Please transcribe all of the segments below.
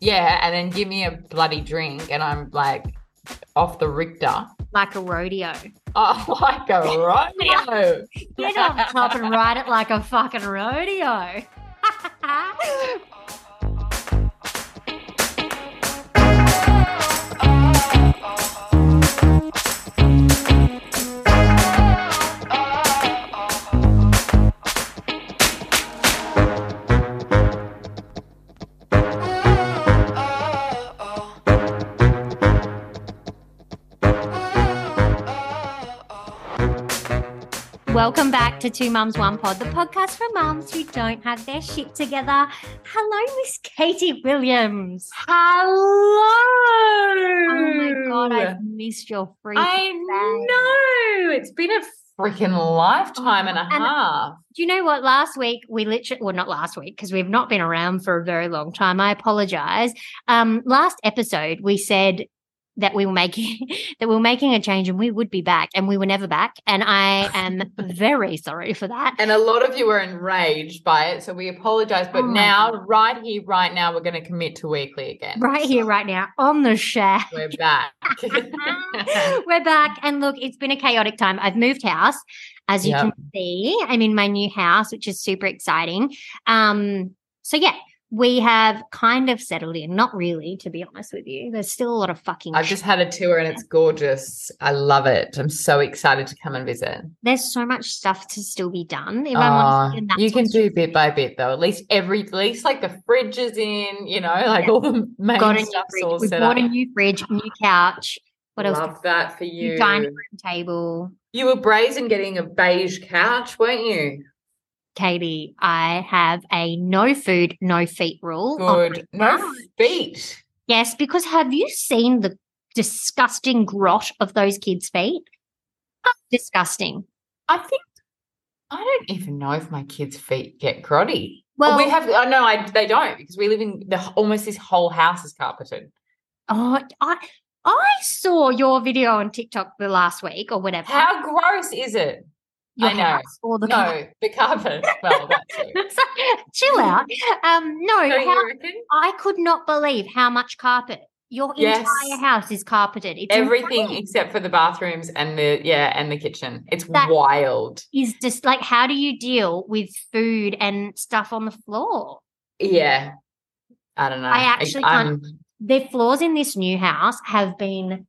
Yeah, and then give me a bloody drink, and I'm like off the Richter. like a rodeo. Oh, like a rodeo. Get on top and ride it like a fucking rodeo. Welcome back to Two Mums One Pod, the podcast for mums who don't have their shit together. Hello, Miss Katie Williams. Hello. Oh my god, I've missed your free. I know. It's been a freaking lifetime and a And- half. Do you know what? Last week we literally, well, not last week because we've not been around for a very long time. I apologize. Um, last episode we said that we were making that we were making a change and we would be back, and we were never back. And I am very sorry for that. And a lot of you were enraged by it. So we apologize. But Oh my now, right here, right now, we're going to commit to weekly again. Right here, right now, on the share. We're back. We're back. And look, it's been a chaotic time. I've moved house, as you Yep. can see. I'm in my new house, which is super exciting. Um, so yeah, we have kind of settled in. Not really, to be honest with you. There's still a lot of fucking I've sh- just had a tour and it's gorgeous. I love it. I'm so excited to come and visit. there's so much stuff to still be done. If I'm honest, Oh, and that's you can what's do bit by bit though. At least every, at least like the fridge is in. You know, like all the main got a new stuff's all fridge. We set bought up. a new fridge, new couch. What else? Love that for you. New dining room table. You were brazen getting a beige couch, weren't you? Katie, I have a no food, no feet rule. on Oh my Good. No couch. feet. Yes, because have you seen the disgusting grot of those kids' feet? Disgusting. I think I don't even know if my kids' feet get grotty. Well, Well, we have. Oh, no, I, they don't because we live in the almost this whole house is carpeted. oh, I I saw your video on TikTok the last week or whatever. How gross is it? your I know. house or the car- No, the carpet. Well, that too. Chill out. Um, no, Don't how, you reckon? I could not believe how much carpet your Yes. entire house is carpeted. It's Everything insane. except for the bathrooms and the yeah and the kitchen. It's That- wild. is just like how do you deal with food and stuff on the floor? Yeah, I don't know. I actually can't- I'm- the floors in this new house have been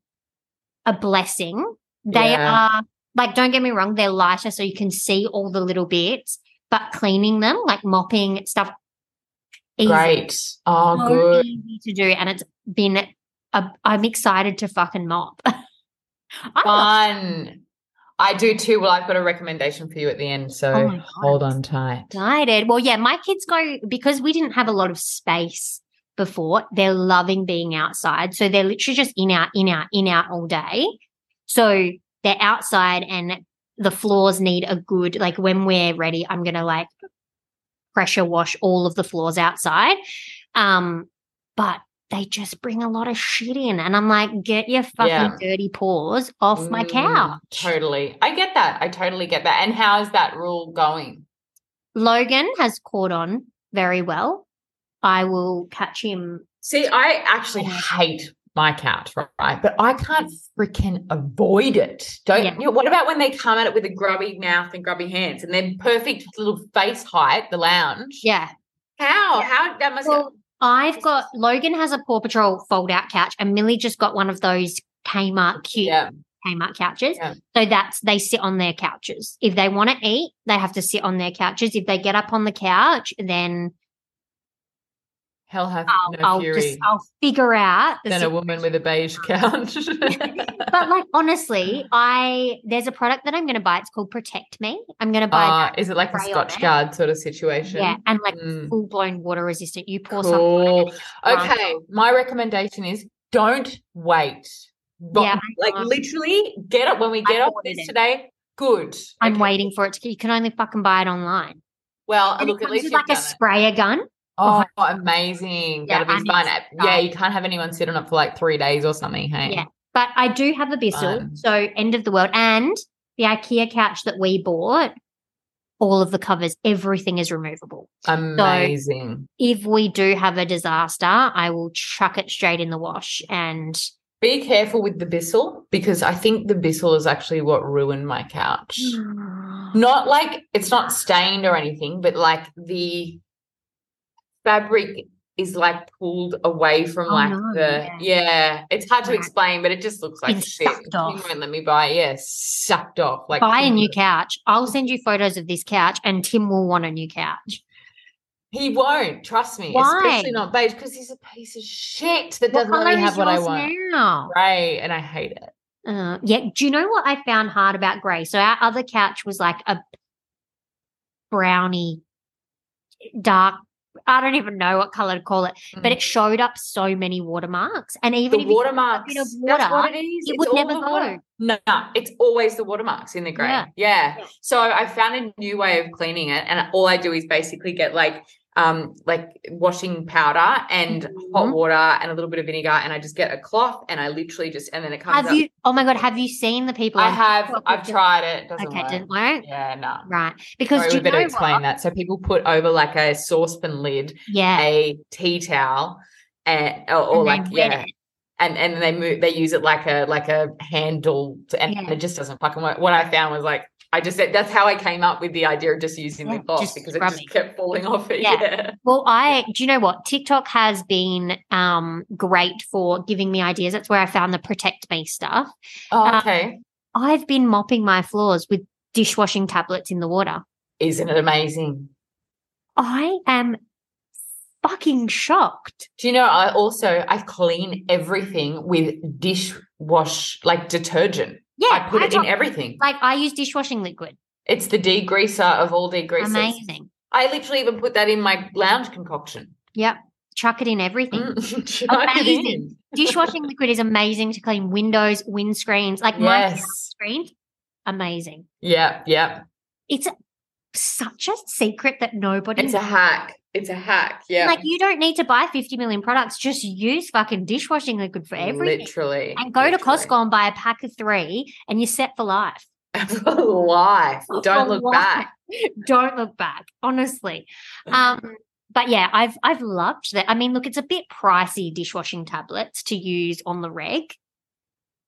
a blessing. They Yeah. are like, don't get me wrong, they're lighter, so you can see all the little bits, but cleaning them, like mopping stuff, easy, Great. Oh, so good. easy to do, and it's been. A, I'm excited to fucking mop. I'm not- Fun. I do too. Well, I've got a recommendation for you at the end. So Oh my God, hold I'm on tight. excited. Well, yeah, my kids go because we didn't have a lot of space before. They're loving being outside, so they're literally just in out, in out, in out all day. So they're outside, and the floors need a good like. When we're ready, I'm gonna like pressure wash all of the floors outside. Um, but they just bring a lot of shit in, and I'm like, get your fucking Yeah. dirty paws off my Mm, couch. Totally. I get that. I totally get that. And how is that rule going? Logan has caught on very well. I will catch him. See, I actually hate my couch, right? But I can't freaking avoid it. Don't Yeah. you know, what about when they come at it with a grubby mouth and grubby hands and their perfect little face height, the lounge? Yeah. How? How that must Well, I've got Logan has a Paw Patrol fold out couch, and Millie just got one of those Kmart cute yeah. Kmart couches. Yeah. So that's they sit on their couches. If they want to eat, they have to sit on their couches. If they get up on the couch, then Hell have I'll, no I'll fury just I'll figure out the than a woman with a beige couch. But like honestly, I there's a product that I'm going to buy. It's called Protect Me. I'm going to buy Uh, is it like a spray on Scotch it. guard sort of situation? yeah, and like Mm. full blown water resistant. You pour something on Cool. it and it just runs Okay, my recommendation is don't wait. But, Yeah, I like know. literally get it when we get off ordered this it. today. Good. I'm Okay. waiting for it to. You can only fucking buy it online. Well, And Oh, look, it at comes least with you've like a done it. sprayer gun. Oh, amazing. Yeah, That'll be and fun. it's Yeah, done. you can't have anyone sit on it for like three days or something. Hey. Yeah. But I do have a Bissell, Fun. so end of the world. And the IKEA couch that we bought all of the covers, everything is removable. Amazing. If we do have a disaster, I will chuck it straight in the wash and Be careful with the Bissell because I think the Bissell is actually what ruined my couch. Mm. Not like it's not stained or anything, but like the fabric is like pulled away from Oh, like no, the yeah. yeah. It's hard to Right. explain, but it just looks like It's shit. sucked You off. won't let me buy. it. Yeah, sucked off. Like buy a new couldn't- couch. I'll send you photos of this couch and Tim will want a new couch. He won't trust me, Why? especially not beige, because he's a piece of shit that doesn't colour let me is have what I yours want. now? Right, and I hate it. Uh, yeah. Do you know what I found hard about grey? So our other couch was like a browny, dark. I don't even know what color to call it, Mm. but it showed up so many watermarks. And even the if you- watermarks. bit of that's what water, it is. it It's would all never the water. go. No, no, it's always the watermarks in the grey. Yeah. Yeah. Yeah. So I found a new way of cleaning it, and all I do is basically get like um like washing powder and hot Mhm. water and a little bit of vinegar, and I just get a cloth and I literally just and then it comes have up. you? Oh my god, have you seen the people? I on have. TikTok I've with the- tried it. it doesn't Okay, work. didn't work. Yeah, no. Right, because Sorry, do we you better know explain what? that. So people put over like a saucepan lid Yeah, a tea towel and or, or and they like wet yeah it. and and they move they use it like a like a handle to, and Yeah. it just doesn't fucking work what i found was like i just said that's how i came up with the idea of just using Yeah, the cloth just because it rubbing. just kept falling off it Yeah. yeah, Well, I do you know what? TikTok has been um great for giving me ideas. That's where I found the protect me stuff. Oh, okay I've been mopping my floors with dishwashing tablets in the water. isn't it amazing I am fucking shocked. do you know i also i clean everything with dishwash like detergent Yeah, i put it in got- everything like I use dishwashing liquid. it's the degreaser of all degreasers Amazing. i literally even put that in my lounge concoction Yep. Chuck it in everything. Mm. Chuck it in. Amazing. Dishwashing liquid is amazing to clean windows, windscreens, like my Yes. screen. Amazing. Yeah. Yeah. It's such a secret that nobody It's a hack. It's a hack. Yeah. Like you don't need to buy 50 million products. Just use fucking dishwashing liquid for everything. Literally. And go to literally. Costco and buy a pack of three and you're set for life. For life. Don't For look life. back. Don't look back, honestly. Um, but yeah, I've I've loved that. I mean, look, it's a bit pricey dishwashing tablets to use on the reg.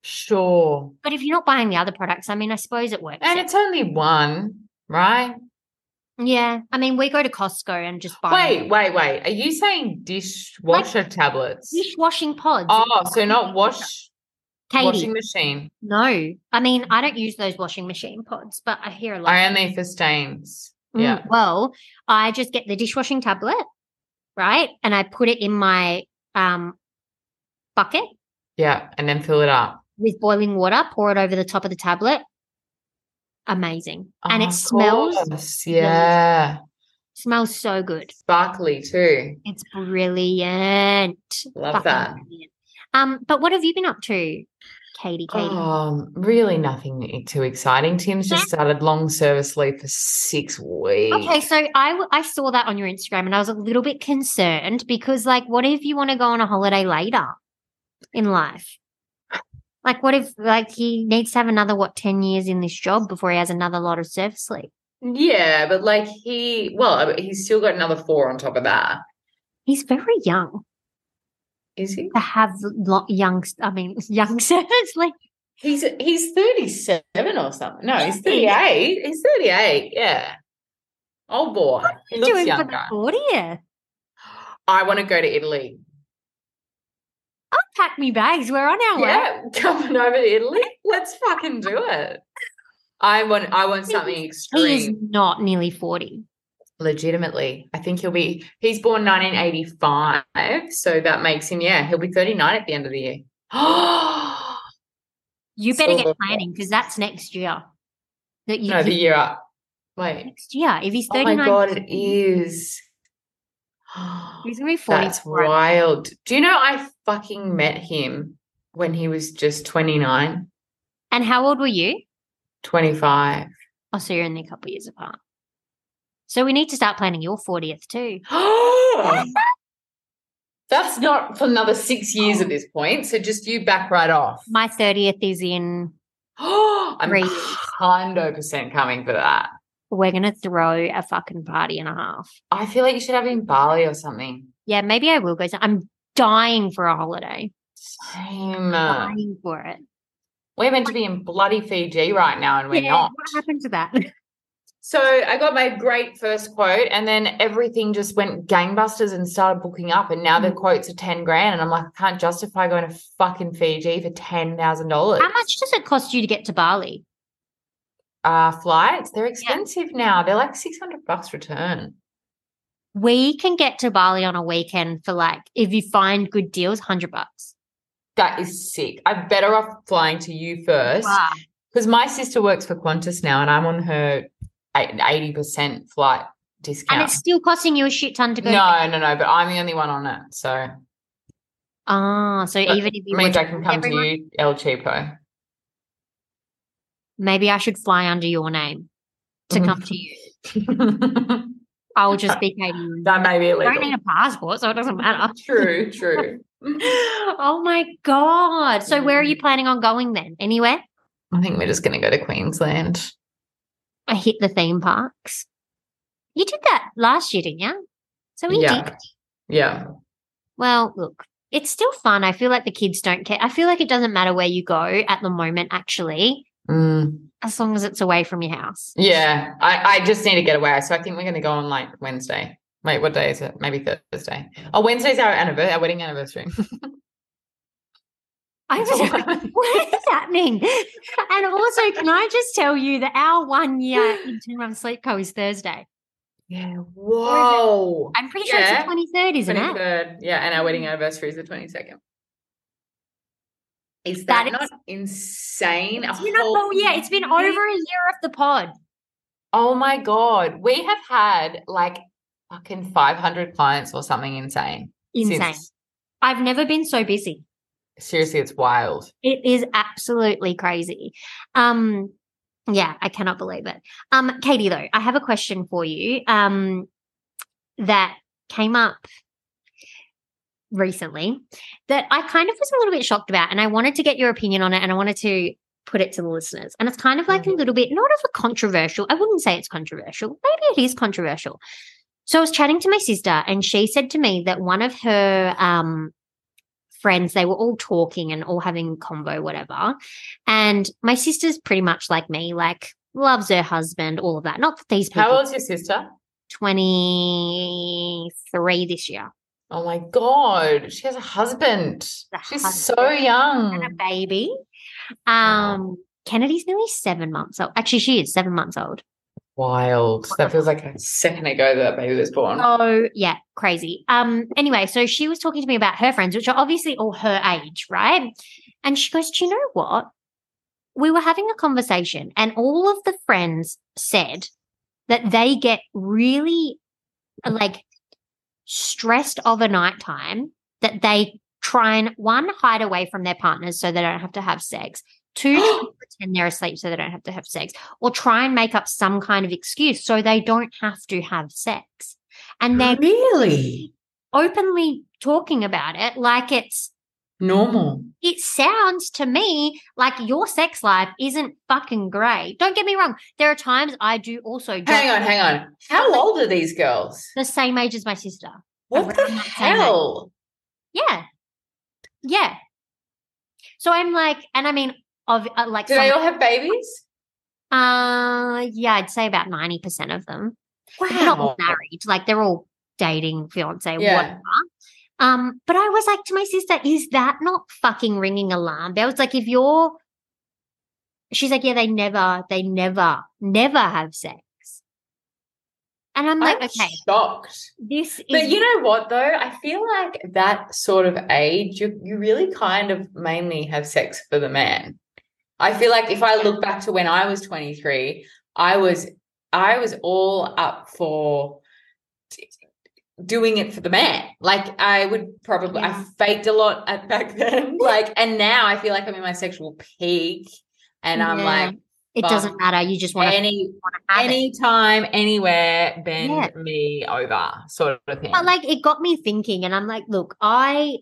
Sure. But if you're not buying the other products, I mean, I suppose it works. And out. it's only one, right? yeah. I mean, we go to Costco and just buy Wait, wait, wait. Are you saying dishwasher tablets? dishwashing pods. Oh, so not wash Katie. washing machine. no. I mean, I don't use those washing machine pods, but I hear a lot. I only for stains. Mm, Yeah. Well, I just get the dishwashing tablet, right? And I put it in my um bucket Yeah. And then fill it up. with boiling water, pour it over the top of the tablet. Amazing. and Oh, Of it smells course, Yeah. smells so good. Sparkly too. It's brilliant. Love Fucking that. brilliant. Um, but what have you been up to, Katie? Katie? Um, really nothing e-, too exciting. Tim's just started long service leave for six weeks. Okay, so I w- I saw that on your Instagram and I was a little bit concerned because like what if you want to go on a holiday later in life? Like what if like he needs to have another what 10 years in this job before he has another lot of service leave? Yeah, but like he, well, he's still got another four on top of that. He's very young Is he? to have lo- young I mean young service leave. He's he's thirty seven or something. No, he's thirty eight. He's thirty eight. Yeah, old boy. He What are you looks doing for younger. the 40th? I want to go to Italy. Pack me bags. We're on Oh, our way. Yeah, coming over to Italy. Let's fucking do it. I want. I want He's- something He is extreme. not nearly 40. legitimately. I think he'll be he's born 1985, so that makes him yeah, he'll be 39 at the end of the year. Oh You better So get lovely. planning because that's next year. That you, no, the you- year up. Wait. next year. If he's Oh my 39 god, it is. He's gonna be 40. That's wild. Do you know I fucking met him when he was just 29, And how old were you? 25. Oh, so you're only a couple years apart. So we need to start planning your 40th too. That's not for another six years at this point. So just you back right off. My 30th is in I'm Three. hundred percent coming for that. We're gonna throw a fucking party and a half. I feel like you should have it in Bali or something. Yeah, maybe I will go. to- I'm dying for a holiday. Same. Dying for it. We're meant to be in bloody Fiji right now, and we're Yeah, not. What happened to that? So I got my great first quote, and then everything just went gangbusters and started booking up. And now the Mm. quotes are ten grand, and I'm like, I can't justify going to fucking Fiji for ten thousand dollars. How much does it cost you to get to Bali? Uh, flights they're expensive now. They're like six hundred bucks return. We can get to Bali on a weekend for like if you find good deals, hundred bucks. That is sick. I'm better off flying to you first Wow. because my sister works for Qantas now, and I'm on her eighty percent flight And discount. it's still costing you a shit ton to go. to- No, no, no. But I'm the only one on it, so Ah, so But even if you were means to I can come everyone- to you, El Cheapo. maybe I should fly under your name to Mm-hmm. come to you. that I'll just be Katie. Lynn. may be I illegal. don't need a passport, so it doesn't matter. True, true. oh my god! So where are Mm. you planning on going then? Anywhere? I think we're just going to go to Queensland. I hit the theme parks. You did that last year, didn't you? So we yeah. did. Yeah. Well, look, it's still fun. I feel like the kids don't care. I feel like it doesn't matter where you go at the moment, actually, Mm. as long as it's away from your house. Yeah. I, I just need to get away. So I think we're going to go on like Wednesday. Wait, what day is it? Maybe Thursday. Oh, Wednesday's our anniversary, our wedding anniversary. I was like, what is happening? And also, can I just tell you that our one year intern run sleep co is Thursday. yeah. Whoa. I'm pretty sure Yeah. it's Mm. the 23rd, isn't it? 23rd. Yeah. And our wedding anniversary is the 22nd. Is that, That is- not insane? A It's been a whole whole year. It's been over a year of the pod. Oh my God. We have had like fucking 500 clients or something insane. Insane. Since- I've never been so busy. seriously, it's wild. It is absolutely crazy. Um, yeah, I cannot believe it. Um, Katie, though, I have a question for you. Um, that came up recently that I kind of was a little bit shocked about, and I wanted to get your opinion on it, and I wanted to put it to the listeners. And it's kind of like a Mhm. little bit not of a controversial. I wouldn't say it's controversial. Maybe it is controversial. So I was chatting to my sister, and she said to me that one of her um, friends, they were all talking and all having convo, whatever. And my sister's pretty much like me, like loves her husband, all of that. Not that these people. How old's your sister? 23 this year Oh my God. She has a husband. The She's so husband. young. and a baby. Wow. Mm. Um, Kennedy's nearly seven months old. Actually, she is seven months old. Wild. That feels like a second ago that baby was born. Oh, yeah, crazy. Um, anyway, so she was talking to me about her friends, which are obviously all her age, right? And she goes, Do you know what? We were having a conversation, and all of the friends said that they get really like stressed over nighttime that they try and one hide away from their partners so they don't have to have sex. Two, try and pretend they're asleep so they don't have to have sex, or try and make up some kind of excuse so they don't have to have sex. And they're really openly talking about it like it's normal. it sounds to me like your sex life isn't fucking great. Don't get me wrong. There are times I do also Hang on, don't- hang on. How old are these girls? the same age as my sister. What the Around that same age. hell? Yeah. Yeah. So I'm like, and I mean, of uh, like, Do they some, all have babies? uh, yeah, I'd say about 90% of them. They're not all married. Like they're all dating, fiance, Yeah. whatever. Um, but I was like to my sister, is that not fucking ringing alarm bells? Like if you're, she's like, yeah, they never, they never, never have sex. And I'm like, I'm okay, shocked. this is, But you know what though? I feel like that sort of age, you you really kind of mainly have sex for the man. I feel like if I look back to when I was 23, I was I was all up for t- doing it for the man. Like I would probably Yeah. I faked a lot at back then. Like and now I feel like I'm in my sexual peak and I'm Yeah. like it doesn't matter. You just want to any have it. anytime, anywhere, bend Yeah. me over sort of thing. But like it got me thinking, and I'm like, look, I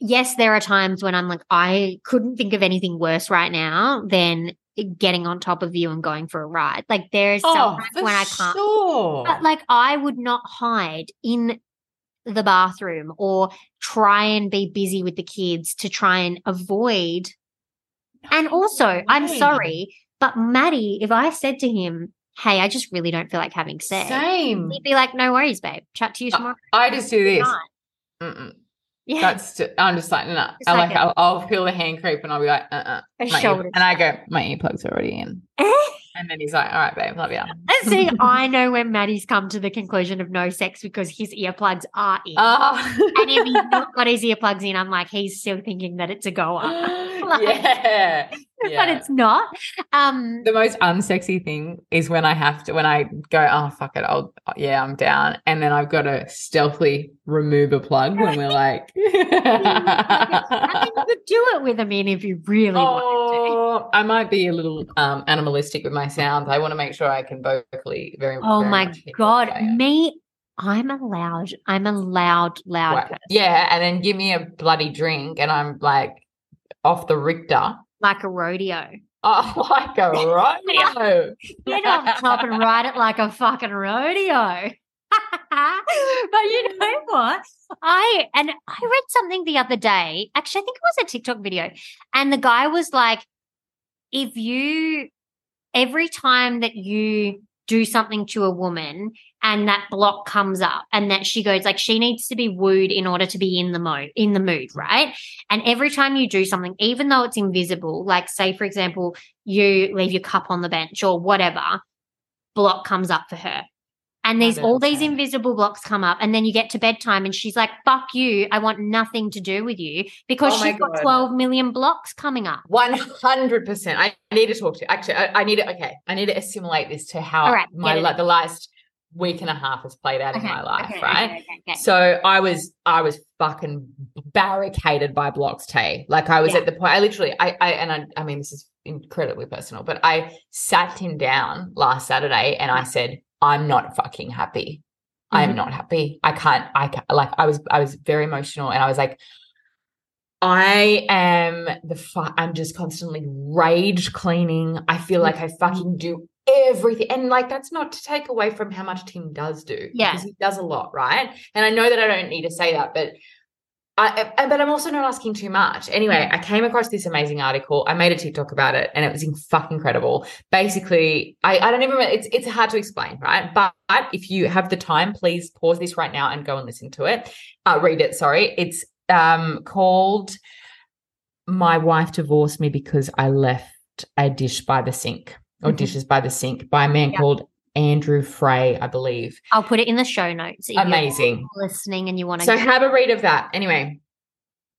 yes, there are times when I'm like, I couldn't think of anything worse right now than getting on top of you and going for a ride. Like there Oh, is sometimes when I can't. Sure. But like I would not hide in the bathroom or try and be busy with the kids to try and avoid. And also, I'm way. sorry, but Maddie, if I said to him, "Hey, I just really don't feel like having sex," Same. he'd be like, "No worries, babe. Chat to you Uh, tomorrow." I just do this. night." Mm-mm. Yeah, That's I'm just like, no. Nah. It's I like like, a- I'll, I'll feel the hand creep and I'll be like, uh, uh my a ear- shoulder. and I go, my earplugs are already in. And then he's like, all right, babe, love you. And see, I know when Maddie's come to the conclusion of no sex because his earplugs are in. Oh. and if he's not got his earplugs in, I'm like, he's still thinking that it's a goer. Like- yeah. But yeah. it's not. Um the most unsexy thing is when I have to, when I go, oh, fuck it, I'll, yeah, I'm down. And then I've got to stealthily remove a plug when we're like, I think you could do it with him in if you really wanted to. oh, I might be a little um, animalistic with my sounds. I want to make sure I can vocally very Oh very my much hit god. what I am. Me, I'm a loud, I'm a loud, loud Right. person. Yeah. And then give me a bloody drink and I'm like off the Richter. Like a rodeo. Oh, like a rodeo. Get on top and ride it like a fucking rodeo. but you know what? I and I read something the other day. Actually, I think it was a TikTok video. And the guy was like, if you every time that you do something to a woman and that block comes up and that she goes like she needs to be wooed in order to be in the mode in the mood right and every time you do something even though it's invisible like say for example you leave your cup on the bench or whatever block comes up for her and these Love it. all these invisible blocks come up and then you get to bedtime and she's like fuck you i want nothing to do with you because Oh my she's got God. 12 million blocks coming up One hundred percent. I need to talk to you. Actually, I, I need to. Okay, I need to assimilate this to how All right, my get it. like the last week and a half has played out in my life. right. Okay, okay, okay. So I was I was fucking barricaded by blocks, Tay. Like I was Yeah. at the point. I literally I I and I, I mean this is incredibly personal, but I sat him down last Saturday and I said I'm not fucking happy. I am Mhm. not happy. I can't. I can like I was I was very emotional and I was like. I am the fu- I'm just constantly rage cleaning. I feel like I fucking do everything. And like that's not to take away from how much Tim does do. Yeah. Because he does a lot, right? And I know that I don't need to say that, but I, I but I'm also not asking too much. Anyway, I came across this amazing article. I made a TikTok about it and it was in fucking incredible. Basically, I, I don't even remember it's it's hard to explain, right? But if you have the time, please pause this right now and go and listen to it. Uh read it, sorry. It's um called my wife divorced me because I left a dish by the sink or Mhm. dishes by the sink by a man Yeah. called Andrew Frey, I believe. I'll put it in the show notes. if you're Amazing. listening and you want to. So have a read of that. Anyway.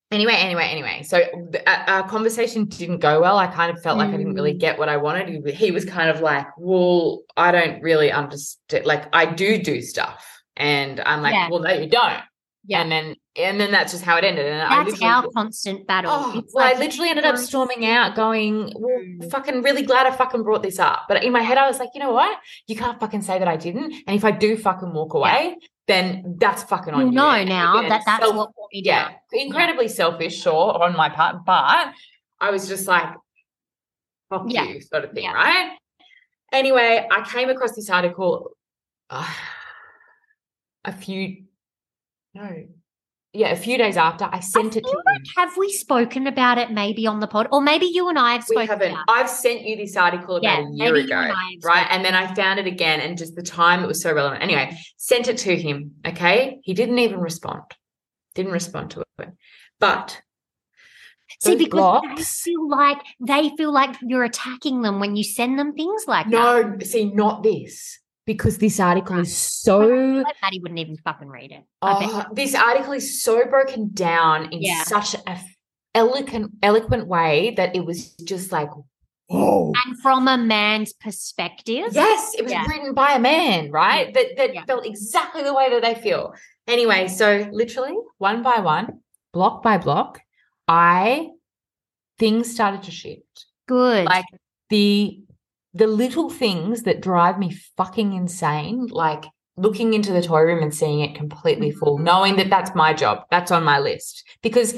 Anyway, anyway, anyway. So th- our our conversation didn't go well. I kind of felt like I didn't really Mm. get what I wanted. He- He was kind of like, "Well, I don't really understand. Like, I do do stuff," and I'm like, Yeah. "Well, no, you don't." Yeah. And then, and then that's just how it ended. And I that's literally- our constant battle. Oh, It's well, I like- literally ended up once- storming out, going, well, Mm. fucking really glad I fucking brought this up. But in my head, I was like, you know what? You can't fucking say that I didn't. And if I do fucking walk away, then that's fucking on you you. know And now again, that that's self- what brought me yeah, down. incredibly selfish, sure, on my part, but I was just like, fuck Yeah. you, sort of thing, Yeah. right? Anyway, I came across this article uh, a few, no, yeah, a few days after I sent it to feel you. Have we spoken about it maybe on the pod, or maybe you and I have We spoken? haven't. About I've sent you this article it. Yeah, about a year maybe you ago, and I have right? spoken. And then I found it again, and just the time it was so relevant. Anyway, sent it to him. Okay, he didn't even respond. Didn't respond to it. But See, those because blocks- they feel like they feel like you're attacking them when you send them things like that. no, see, not this because this article is so. Like Maddie wouldn't even fucking read it. I bet. Oh, this article is so broken down in Yeah. such a eloquent, eloquent way that it was just like, whoa. And from a man's perspective, Yes, it was Yeah. written by a man, right? That that Yeah. felt exactly the way that they feel. Anyway, so literally one by one, block by block, I things started to shift. good. Like the the little things that drive me fucking insane, like looking into Mm-hmm. the toy room and seeing it completely full, knowing that that's my job, that's on my list because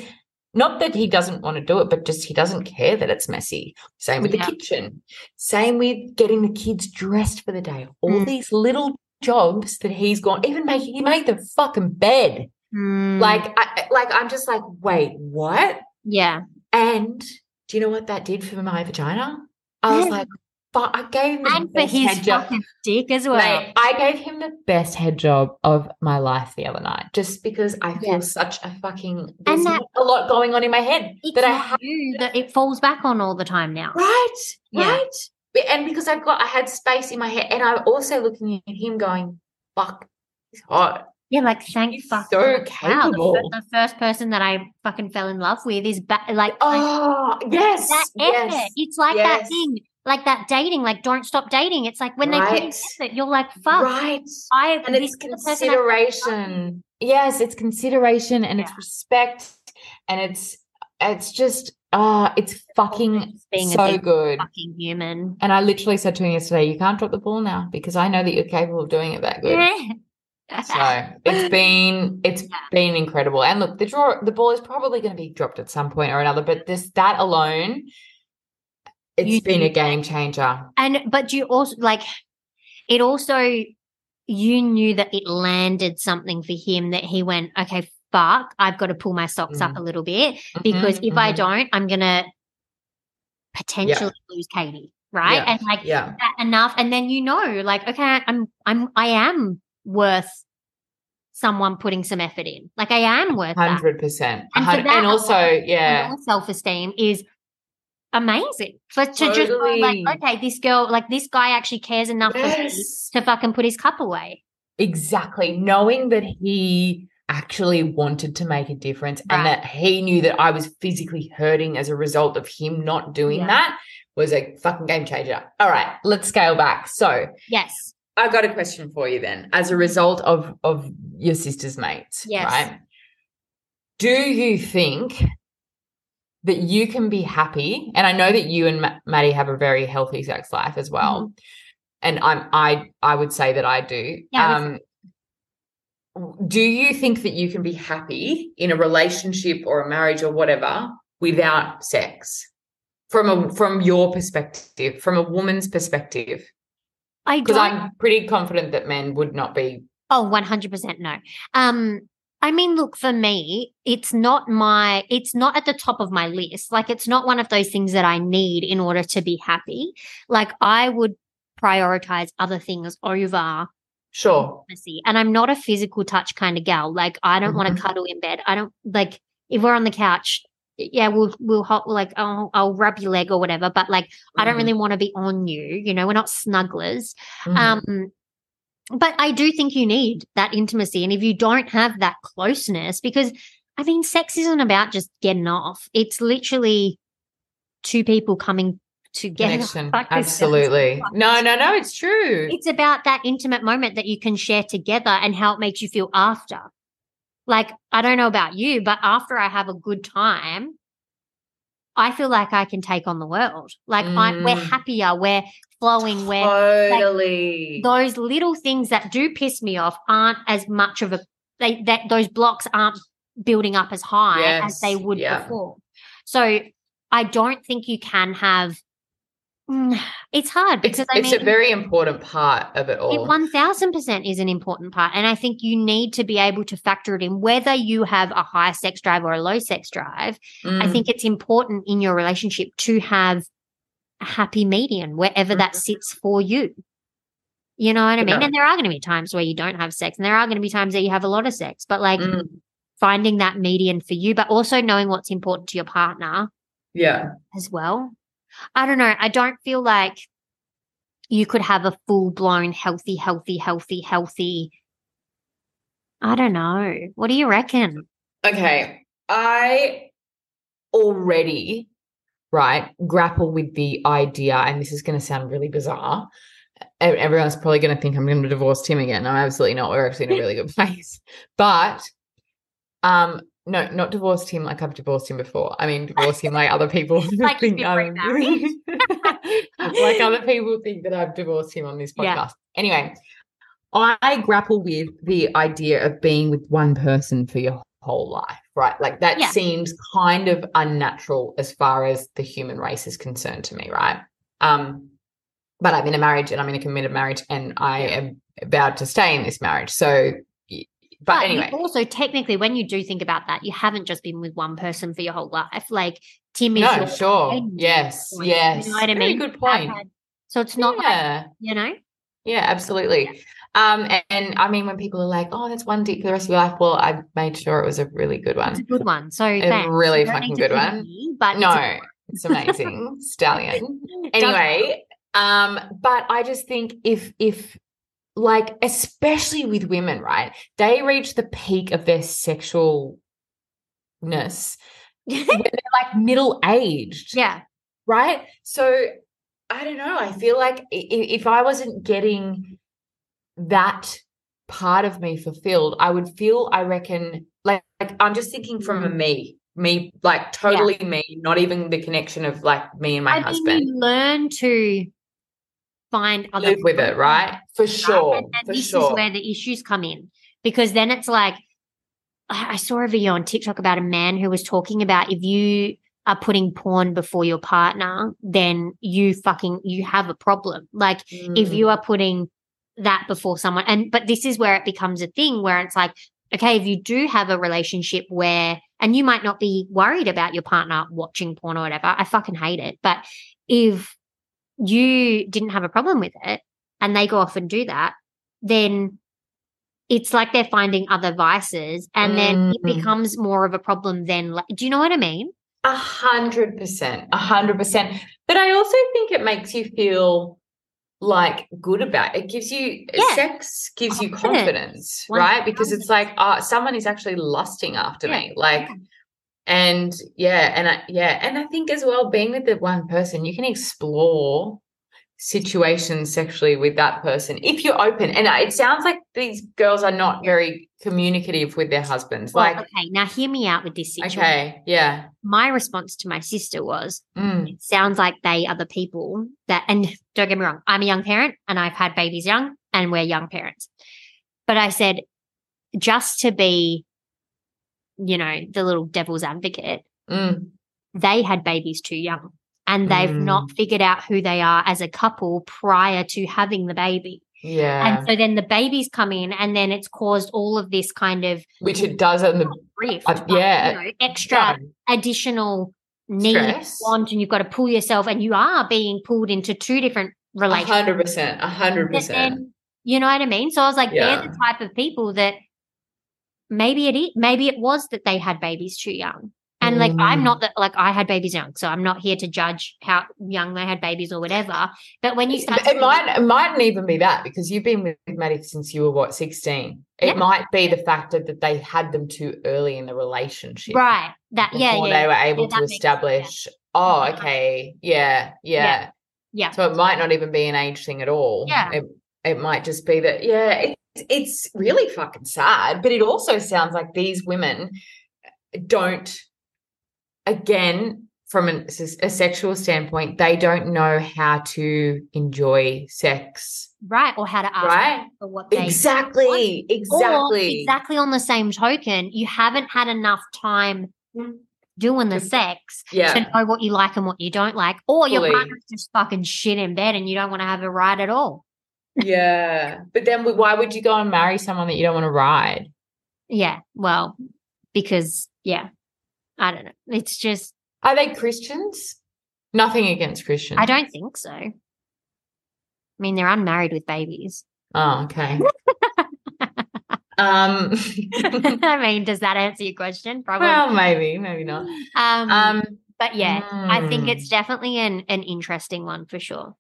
Not that he doesn't want to do it, but just he doesn't care that it's messy. Same with Yeah. the kitchen. Same with getting the kids dressed for the day. All Mm. these little jobs that he's gone, even making he made the fucking bed. Mm. Like I like I'm just like, wait, what? yeah. And do you know what that did for my vagina? I was Yeah. like, but I gave him the And for best his head job. fucking dick as well. Mate, I gave him the best head job of my life the other night, just because I feel Yeah. such a fucking there's that- not a lot going on in my head it's that I not have. you that it falls back on all the time now. Right, Yeah. right. Be- And because I've got, I had space in my head, and I'm also looking at him going, "Fuck, he's hot." Yeah, like thank He's fuck. so God. Wow, capable. the, fir- the first person that I fucking fell in love with is ba- like Oh, I- yes, that effort. yes. It's like that yes. thing, like that dating, like don't stop dating. It's like when they put in Right. effort, you're like fuck. Right. I and it's this is the person I- consideration yes it's consideration and it's respect and it's it's just uh it's fucking being a so big good fucking human. and i literally said to him yesterday you can't drop the ball now because i know that you're capable of doing it that good so it's been it's Yeah. been incredible and look the draw the ball is probably going to be dropped at some point or another but this that alone it's You been a think that- game changer Mm-hmm, and but you also like it also you knew that it landed something for him that he went okay fuck i've got to pull my socks Mm. up a little bit because Mhm, if i mhm. don't i'm gonna potentially lose katie right Yeah, and like yeah that enough and then you know like okay i'm i'm i am worth someone putting some effort in like i am worth that 100% 100 And for and, that also alone, yeah and your self-esteem is amazing for to just go Totally. like okay this girl like this guy actually cares enough for me Yes. to fucking put his cup away Exactly. Knowing that he actually wanted to make a difference Right. and that he knew that I was physically hurting as a result of him not doing Yeah. that was a fucking game changer. All right, let's scale back. So yes I got a question for you then. As a result of of your sister's mate, Yes. right? Do you think that you can be happy? And I know that you and Ma- Maddie have a very healthy sex life as well, Mm-hmm. and I'm I I would say that I do. Yeah, I um, do you think that you can be happy in a relationship or a marriage or whatever without sex? From a from your perspective, from a woman's perspective. i Because don't I'm pretty confident that men would not be. oh 100% no um i mean look for me it's not my it's not at the top of my list like it's not one of those things that i need in order to be happy like i would prioritize other things over Sure. intimacy. And I'm not a physical touch kind of gal. Like I don't want Mhm. to cuddle in bed. I don't like if we're on the couch. Yeah, we'll we'll hop like oh, I'll rub your leg or whatever. But like I don't Mhm. really want to be on you. You know, we're not snugglers. Mhm. Um, but I do think you need that intimacy, and if you don't have that closeness, because I mean, sex isn't about just getting off. It's literally two people coming together. Connection. Fuck this sounds- Absolutely. No, no, no. It's true. it's about that intimate moment that you can share together and how it makes you feel after. Like, I don't know about you, but after I have a good time, I feel like I can take on the world. Like, I, we're Mm. happier, we're flowing, we're totally. those little things that do piss me off aren't as much of a, they, that those blocks aren't building up as high as they Yes, would yeah. before. So, I don't think you can have, Mm, it's hard it's because I it's mean, a very important part of it all. it one thousand percent is an important part, and I think you need to be able to factor it in. Whether you have a high sex drive or a low sex drive, I Mm. think it's important in your relationship to have a happy median wherever that Mhm. sits for you. You know what I mean? Yeah. And there are going to be times where you don't have sex, and there are going to be times that you have a lot of sex. But like Mm. finding that median for you, but also knowing what's important to your partner Yeah. as well. I don't know. I don't feel like you could have a full blown healthy, healthy, healthy, healthy. I don't know. What do you reckon? Okay. I already, right, grapple with the idea, and this is going to sound really bizarre. E- Everyone's probably going to think I'm going to divorce Tim again. I'm absolutely not. We're actually in a really good place. But, um, no, not divorce Tim like I've divorced him before. I mean, divorce him like other people Like you've think been I'm- remarried. like other people think that I've divorced him on this Yeah. podcast. Anyway, I grapple with the idea of being with one person for your whole life, right? Like that Yeah. seems kind of unnatural as far as the human race is concerned to me, right? Um, but I'm in a marriage and I'm in a committed marriage and I am about to stay in this marriage. So, y- but, But anyway, you also technically, when you do think about that, you haven't just been with one person for your whole life. Like Tim is no, your sure, friend. yes, You know yes, what I Very mean? good point. iPad. So it's not like, yeah. you know, Yeah, absolutely. Um, and, and I mean, when people are like, "Oh, that's one dick for the rest of your life," well, I made sure it was a really good it's a one. good one. So A thanks. really You don't fucking need to good pity one. me, but it's a- No, it's amazing, stallion. Anyway, um, but I just think if if like especially with women, right? They reach the peak of their sexualness, like middle aged yeah, right? So I don't know. I feel like i- i- if I wasn't getting that part of me fulfilled, I would feel, I reckon, like, like I'm just thinking from a me, me, like totally me, not even the connection of like me and my I mean, husband. you learn to find other Live with it, people. right? For sure. And, and for this sure. is where the issues come in because then it's like I I saw a video on TikTok about a man who was talking about if you are putting porn before your partner, then you fucking you have a problem. Like if Mm. you are putting that before someone and but this is where it becomes a thing where it's like okay if you do have a relationship where and you might not be worried about your partner watching porn or whatever i fucking hate it but if you didn't have a problem with it and they go off and do that then it's like they're finding other vices and then it Mm. becomes more of a problem then like, do you know what i mean A hundred percent, a hundred percent. But I also think it makes you feel like good about it. gives you Yeah. sex gives you Confidence. confidence, right? Because it's like, oh, someone is actually lusting after Yeah. me. Like Yeah. and yeah, and I yeah, and I think as well being with the one person, you can explore situations sexually with that person if you're open. And it sounds like these girls are not very communicative with their husbands. Well, Like, okay now hear me out with this situation okay, yeah. my response to my sister was Mm. it sounds like they are the people that and don't get me wrong i'm a young parent and i've had babies young and we're young parents but i said just to be you know the little devil's advocate Mm. they had babies too young and they've Mm. not figured out who they are as a couple prior to having the baby Yeah. and so then the babies come in and then it's caused all of this kind of which it does in the rift Uh, like, yeah. you know, extra additional need Stress. want and you've got to pull yourself and you are being pulled into two different relationships hundred percent, hundred But percent. then, you know what i mean so i was like Yeah. they're the type of people that maybe it is maybe it was that they had babies too young and like i'm Mm. not that like i had babies young so i'm not here to judge how young they had babies or whatever but when you start to Mm. It think- might it mightn't even be that because you've been with Maddie since you were what sixteen. It Yeah. might be the factor that they had them too early in the relationship, right that Before yeah yeah, they yeah. were able that to makes sense, yeah. establish. Oh, Yeah. okay, yeah, yeah, Yeah. Yeah. So it might not even be an age thing at all. Yeah. It, it might just be that. Yeah, it's it's really fucking sad, but it also sounds like these women don't again from an, a sexual standpoint they don't know how to enjoy sex right or how to ask right for what Ah, they exactly Or exactly exactly on the same token, you haven't had enough time doing the Just- sex to yeah know what you like and what you don't like. Or your Fully. partner's just fucking shit in bed and you don't want to have a ride at all. yeah but then w- why would you go and marry someone that you don't want to ride Yeah. Well, because yeah. I don't know. It's just are they christians nothing against christians I don't think so. I mean, they're unmarried with babies. oh okay um I mean, does that answer your question? Probably. well maybe maybe not um, um but yeah, I think hmm. it's definitely an an interesting one for sure.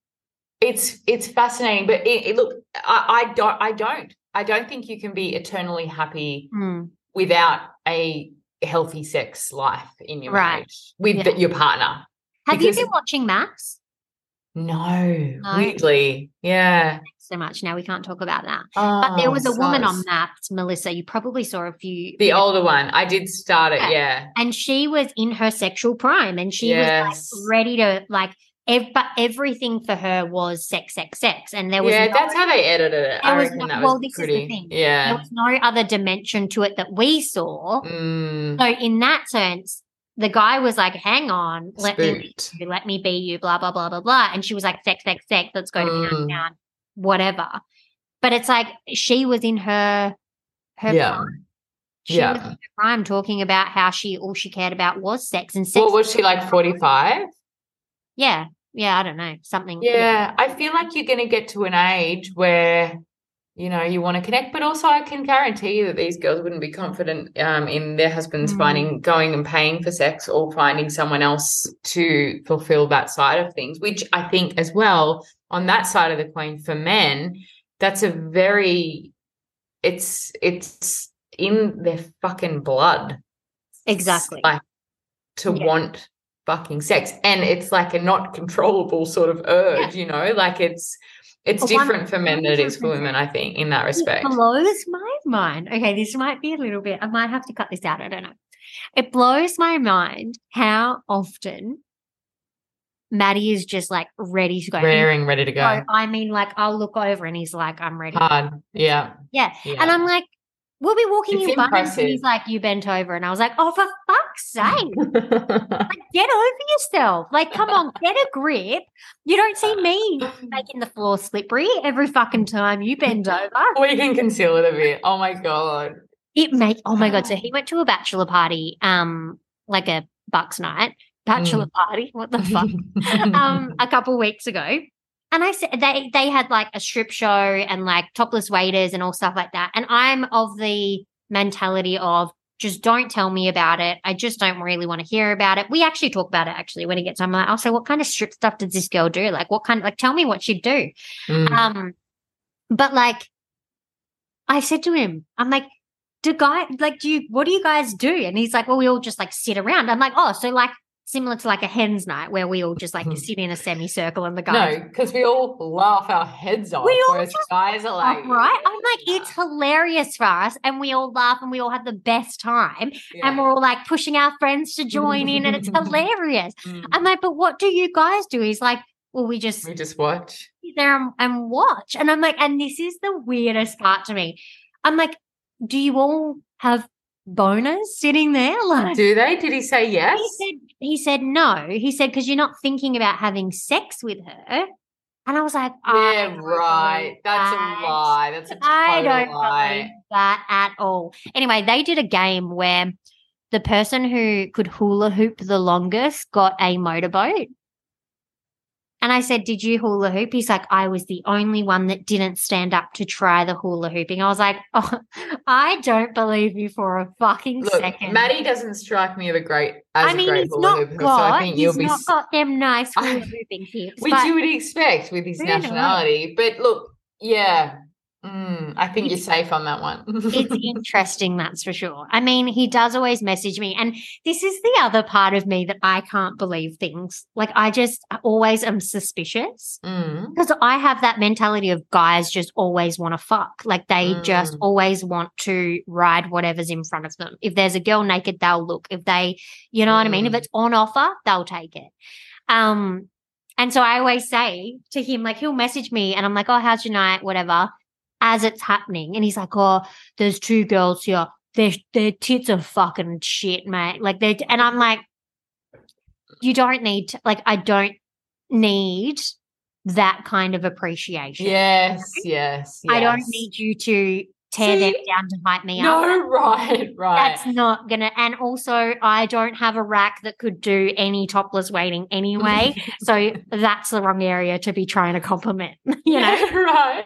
it's it's fascinating but it, it- look I, I don't i don't i don't think you can be eternally happy Hmm. without a healthy sex life in your Right. marriage with Yeah. the- your partner Have Because- you been watching Maps? no, weirdly yeah so much. Now we can't talk about that. But there Oh, was a woman on sus. Maps, Melissa. You probably saw a few, the older one i did start it Yeah. yeah and she was in her sexual prime, and she was yes ready to like ev- but everything for her was sex, sex, sex, and there was yeah, no- that's how they edited it. I There was reckon no- that well, was this is the pretty. thing. there Yeah. was no other dimension to it that we saw. Mm, So in that sense, the guy was like, "Hang on, let me spooked. you, let me be you, blah, blah, blah, blah, blah. And she was like, sex, sex, sex, let's go to Mm. pound town, whatever. But it's like she was in her her Yeah. prime. She Yeah. was in her prime talking about how she all she cared about was sex and sex. What was she like? Forty five. Yeah. Yeah, I don't know. Something Yeah, I feel like you're going to get to an age where you know you want to connect, but also I can guarantee you that these girls wouldn't be confident um, in their husbands Mm. finding going and paying for sex or finding someone else to fulfill that side of things. Which I think as well on that side of the coin for men, that's a very it's it's in their fucking blood Exactly. like to Yeah. want fucking sex and it's like a not controllable sort of urge you know like it's it's A one- different for men than it is for women i think in that respect It blows my mind. Okay, this might be a little bit, I might have to cut this out. I don't know. It blows my mind how often Maddie is just like ready to go. raring ready to No, go I mean, like, I'll look over and he's like, I'm ready. hard yeah Yeah. yeah And I'm like, we'll be walking It's in Bunnings impressive. Mm. and he's like, you bent over. And I was like, oh, for fuck's sake, like, get over yourself. Like, come on, get a grip. You don't see me making the floor slippery every fucking time you bend over. we can conceal it a bit oh my god It make oh my god. So he went to a bachelor party, um, like a bucks night, bachelor party. What the fuck? um, a couple weeks ago. And I said they they had like a strip show and like topless waiters and all stuff like that. And I'm of the mentality of just don't tell me about it. I just don't really want to hear about it. We actually talk about it actually when it gets time. I'm like, oh, so what kind of strip stuff does this girl do? Like what kind like tell me what she'd do. Mm. Um, but like, I said to him, I'm like, do guy like do you what do you guys do? And he's like, well, we all just like sit around. I'm like, oh, so like similar to like a hen's night where we all just like Mhm. sit in a semicircle and the guys. no because we all laugh our heads off all whereas just guys are laugh, like right? I'm like, it's hilarious for us, and we all laugh and we all have the best time, and we're all like pushing our friends to join in, and it's hilarious. Mm. I'm like, but what do you guys do? He's like, well, we just we just watch sit there and, and watch. And I'm like, and this is the weirdest part to me. I'm like, do you all have boners sitting there? Like, do they did he say yes he said, he said no. He said because you're not thinking about having sex with her. And I was like, I Yeah, don't right. believe That's that. a lie. That's a total I don't believe lie. that at all. Anyway, they did a game where the person who could hula hoop the longest got a motorboat. And I said, Did you hula hoop? He's like, I was the only one that didn't stand up to try the hula hooping. I was like, Oh, I don't believe you for a fucking Look, second. Maddie doesn't strike me as a great as I mean, a great he's hula not hooper, so got, I think you'll he's be not got them nice I- hula hooping tips. which but- you would expect with his Who knows? nationality. But look, yeah. Mm, I think you're safe on that one. it's interesting, that's for sure. I mean, he does always message me. And this is the other part of me that I can't believe things. Like, I just always am suspicious Mm, because I have that mentality of guys just always want to fuck. Like, they just Mm. always want to ride whatever's in front of them. If there's a girl naked, they'll look. If they, you know what I mean? If Mm. it's on offer, they'll take it. Um, and so I always say to him, like, he'll message me and I'm like, oh, how's your night? Whatever. As it's happening. And he's like, oh, there's two girls here. Their, their tits are fucking shit, mate. Like, they, and I'm like, you don't need to, like, I don't need that kind of appreciation. yes, yes, yes. I don't need you to tear them See? down to hype me up. No, right, right. That's not gonna. And also, I don't have a rack that could do any topless waiting anyway. so that's the wrong area to be trying to compliment. You know,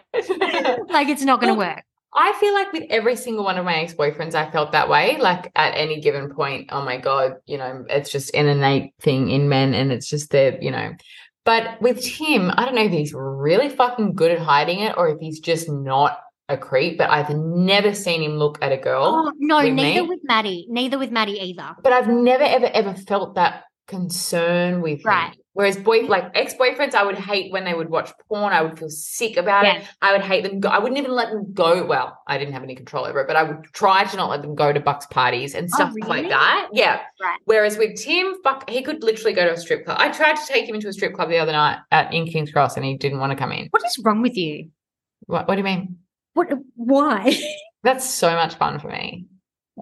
right. like it's not gonna Look, work. I feel like with every single one of my ex boyfriends, I felt that way. Like at any given point, oh my God, you know, it's just an innate thing in men and it's just their, you know. But with Tim, I don't know if he's really fucking good at hiding it or if he's just not a creep, but I've never seen him look at a girl. Oh no, with neither me? with Maddie, neither with Maddie either. But I've never, ever, ever felt that concern with him. Right. Whereas boy like ex-boyfriends, I would hate when they would watch porn. I would feel sick about Yeah. it. I would hate them go. I wouldn't even let them go. Well, I didn't have any control over it, but I would try to not let them go to Bucks parties and Oh, stuff really? like that. Yeah. Right. Whereas with Tim, fuck, he could literally go to a strip club. I tried to take him into a strip club the other night at in King's Cross and he didn't want to come in. What is wrong with you? What, what do you mean? What? Why? That's so much fun for me.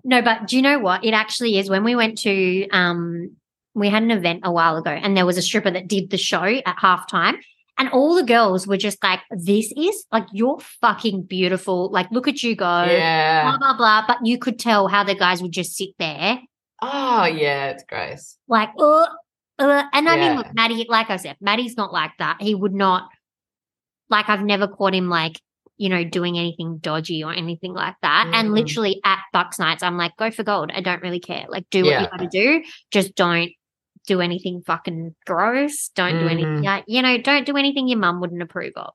No, but do you know what? It actually is. When we went to, um, we had an event a while ago, and there was a stripper that did the show at halftime, and all the girls were just like, "This is like you're fucking beautiful. Like, look at you go." yeah. Blah blah blah. But you could tell how the guys would just sit there, Oh yeah, it's gross. like, uh, uh. and I mean, Yeah. look, Maddie. Like I said, Maddie's not like that. He would not. Like, I've never caught him like you know doing anything dodgy or anything like that. And Mm. literally at Bucks nights, I'm like, go for gold. I don't really care. Like, do what Yeah. you got to do. Just don't do anything fucking gross. Don't do anything. Mhm. Like, you know, don't do anything your mum wouldn't approve of.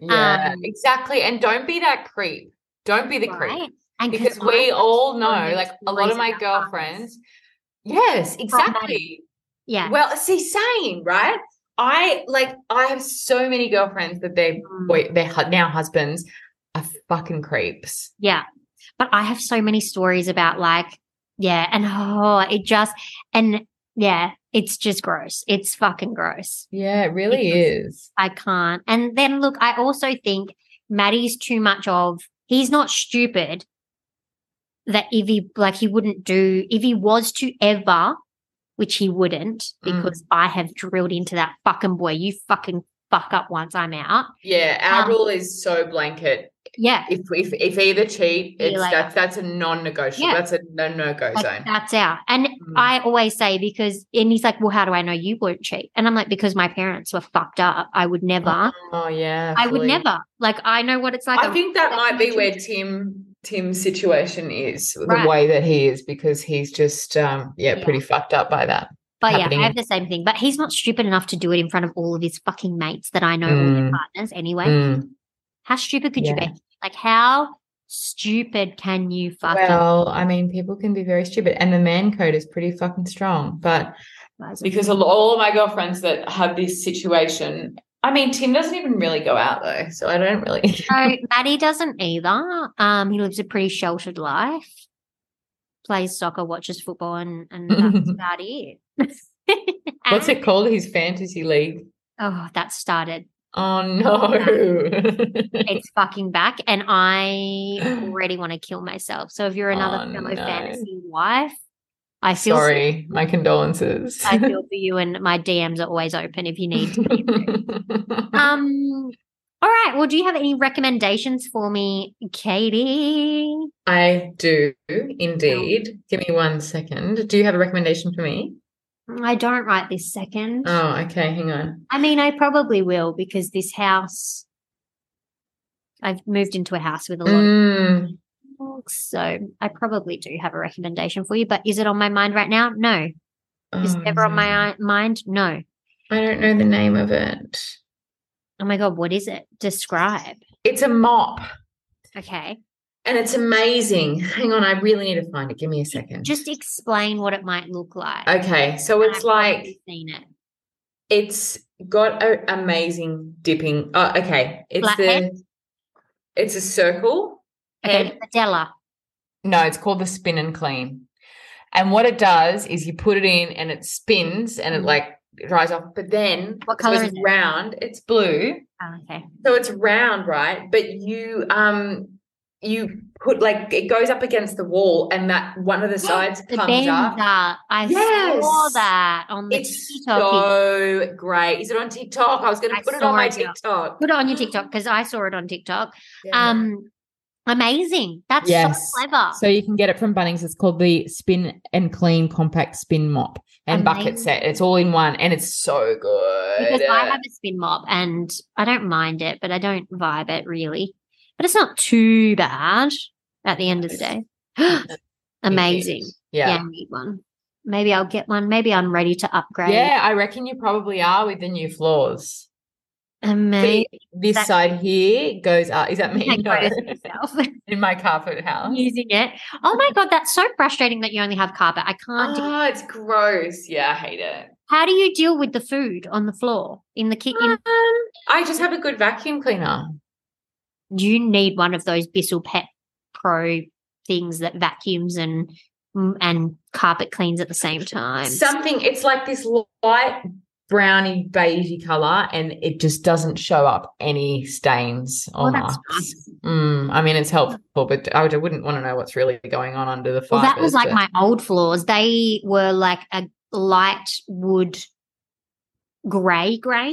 Yeah, Um, exactly. And don't be that creep. Don't be the creep. Right? And because I we watch all so know, many like a lot stories of my about partners. girlfriends. Yes, Money. exactly. Yeah. Well, see, same, right? I like I have so many girlfriends that their Mm. boy, their hu- now husbands are fucking creeps. Yeah. But I have so many stories about like, yeah, and oh, it just and yeah, it's just gross. It's fucking gross. Yeah, it really is. I can't. And then look, I also think Maddie's too much of he's not stupid that if he like he wouldn't do if he was to ever, which he wouldn't, Mm. because I have drilled into that fucking boy, you fucking fuck up once I'm out. Yeah, our Um, rule is so blanket. Yeah. If if if either cheat, Be it's like- that's that's a non-negotiable. Yeah. That's a no no go Like, zone. that's out. And Mm. I always say because, and he's like, well, how do I know you won't cheat? And I'm like, because my parents were fucked up. I would never. Oh yeah, I would fully. never. Like, I know what it's like. I think that that's might be my where Tim Tim's situation is Right. the way that he is because he's just um yeah, Yeah. pretty fucked up by that. but happening. yeah, I have the same thing. But he's not stupid enough to do it in front of all of his fucking mates that I know all their Mm. partners anyway. Mm. How stupid could you be? Like, how stupid can you fucking Well, I mean, people can be very stupid, and the man code is pretty fucking strong. But because a lo- all of my girlfriends that have this situation, I mean, Tim doesn't even really go out though, so I don't really. so Maddie doesn't either. Um, he lives a pretty sheltered life. Plays soccer, watches football, and, and that's about it. What's And- it called? His fantasy league. Oh, that started. Oh no! It's fucking back. And I already want to kill myself. So if you're another Oh, fellow no. fantasy wife, I feel Sorry, my condolences. I feel for you and my DMs are always open if you need. Um all right. Well, do you have any recommendations for me, Katie? I do indeed. Give me one second. Do you have a recommendation for me? I don't write this second. Oh, okay. Hang on. I mean, I probably will because this house I've moved into a house with a lot of Mm, books, so I probably do have a recommendation for you, but is it on my mind right now? No. Is oh, it ever on no. my i- mind? No. I don't know the name of it. Oh my god, what is it? Describe. It's a mop Okay. and it's amazing. Hang on, I really need to find it. Give me a second. Just explain what it might look like. okay. So And it's I've probably like seen it. it's got a amazing dipping. Oh, okay. It's Flathead? the it's a circle. Okay, Head. Adela. No, it's called the spin and clean. And what it does is you put it in and it spins and it Mhm. like dries off. But then What so colour it's is it? round, it's blue. Oh, okay. So it's round, right? But you um you put like it goes up against the wall and that one of the sides The comes bends up. up. I saw Yes. that on the It's TikTok. so great. Is it on TikTok? I was gonna I put it saw on my it, yeah. TikTok. Put it on your TikTok because I saw it on TikTok. Yeah. Um, amazing. That's Yes. so clever. So you can get it from Bunnings. It's called the Spin and Clean Compact Spin Mop and Bucket Amazing. Set. It's all in one and it's so good. because I have a spin mop and I don't mind it, but I don't vibe it really. But it's not too bad at the end of the day. Amazing. Yeah. Yeah. I need one. Maybe I'll get one. Maybe I'm ready to yeah. upgrade. I reckon you probably are with the new floors. Amazing. See, this That- side here goes up. Is that me? Like, No. photos of yourself In my carpet house. using it. Oh my god, that's so frustrating that you only have carpet. I can't. do- Oh, it's gross. Yeah, I hate it. How do you deal with the food on the floor in the kitchen? Um, I just have a good vacuum cleaner. You need one of those Bissell Pet Pro things that vacuums and mm, and carpet cleans at the same time. Something, it's like this light browny beigey color and it just doesn't show up any stains Well, or Oh, that's marks. nice. Mm, I mean, it's helpful, but I would- I wouldn't want to know what's really going on under the fibers. Well, that was like but- my old floors. They were like a light wood grey grain.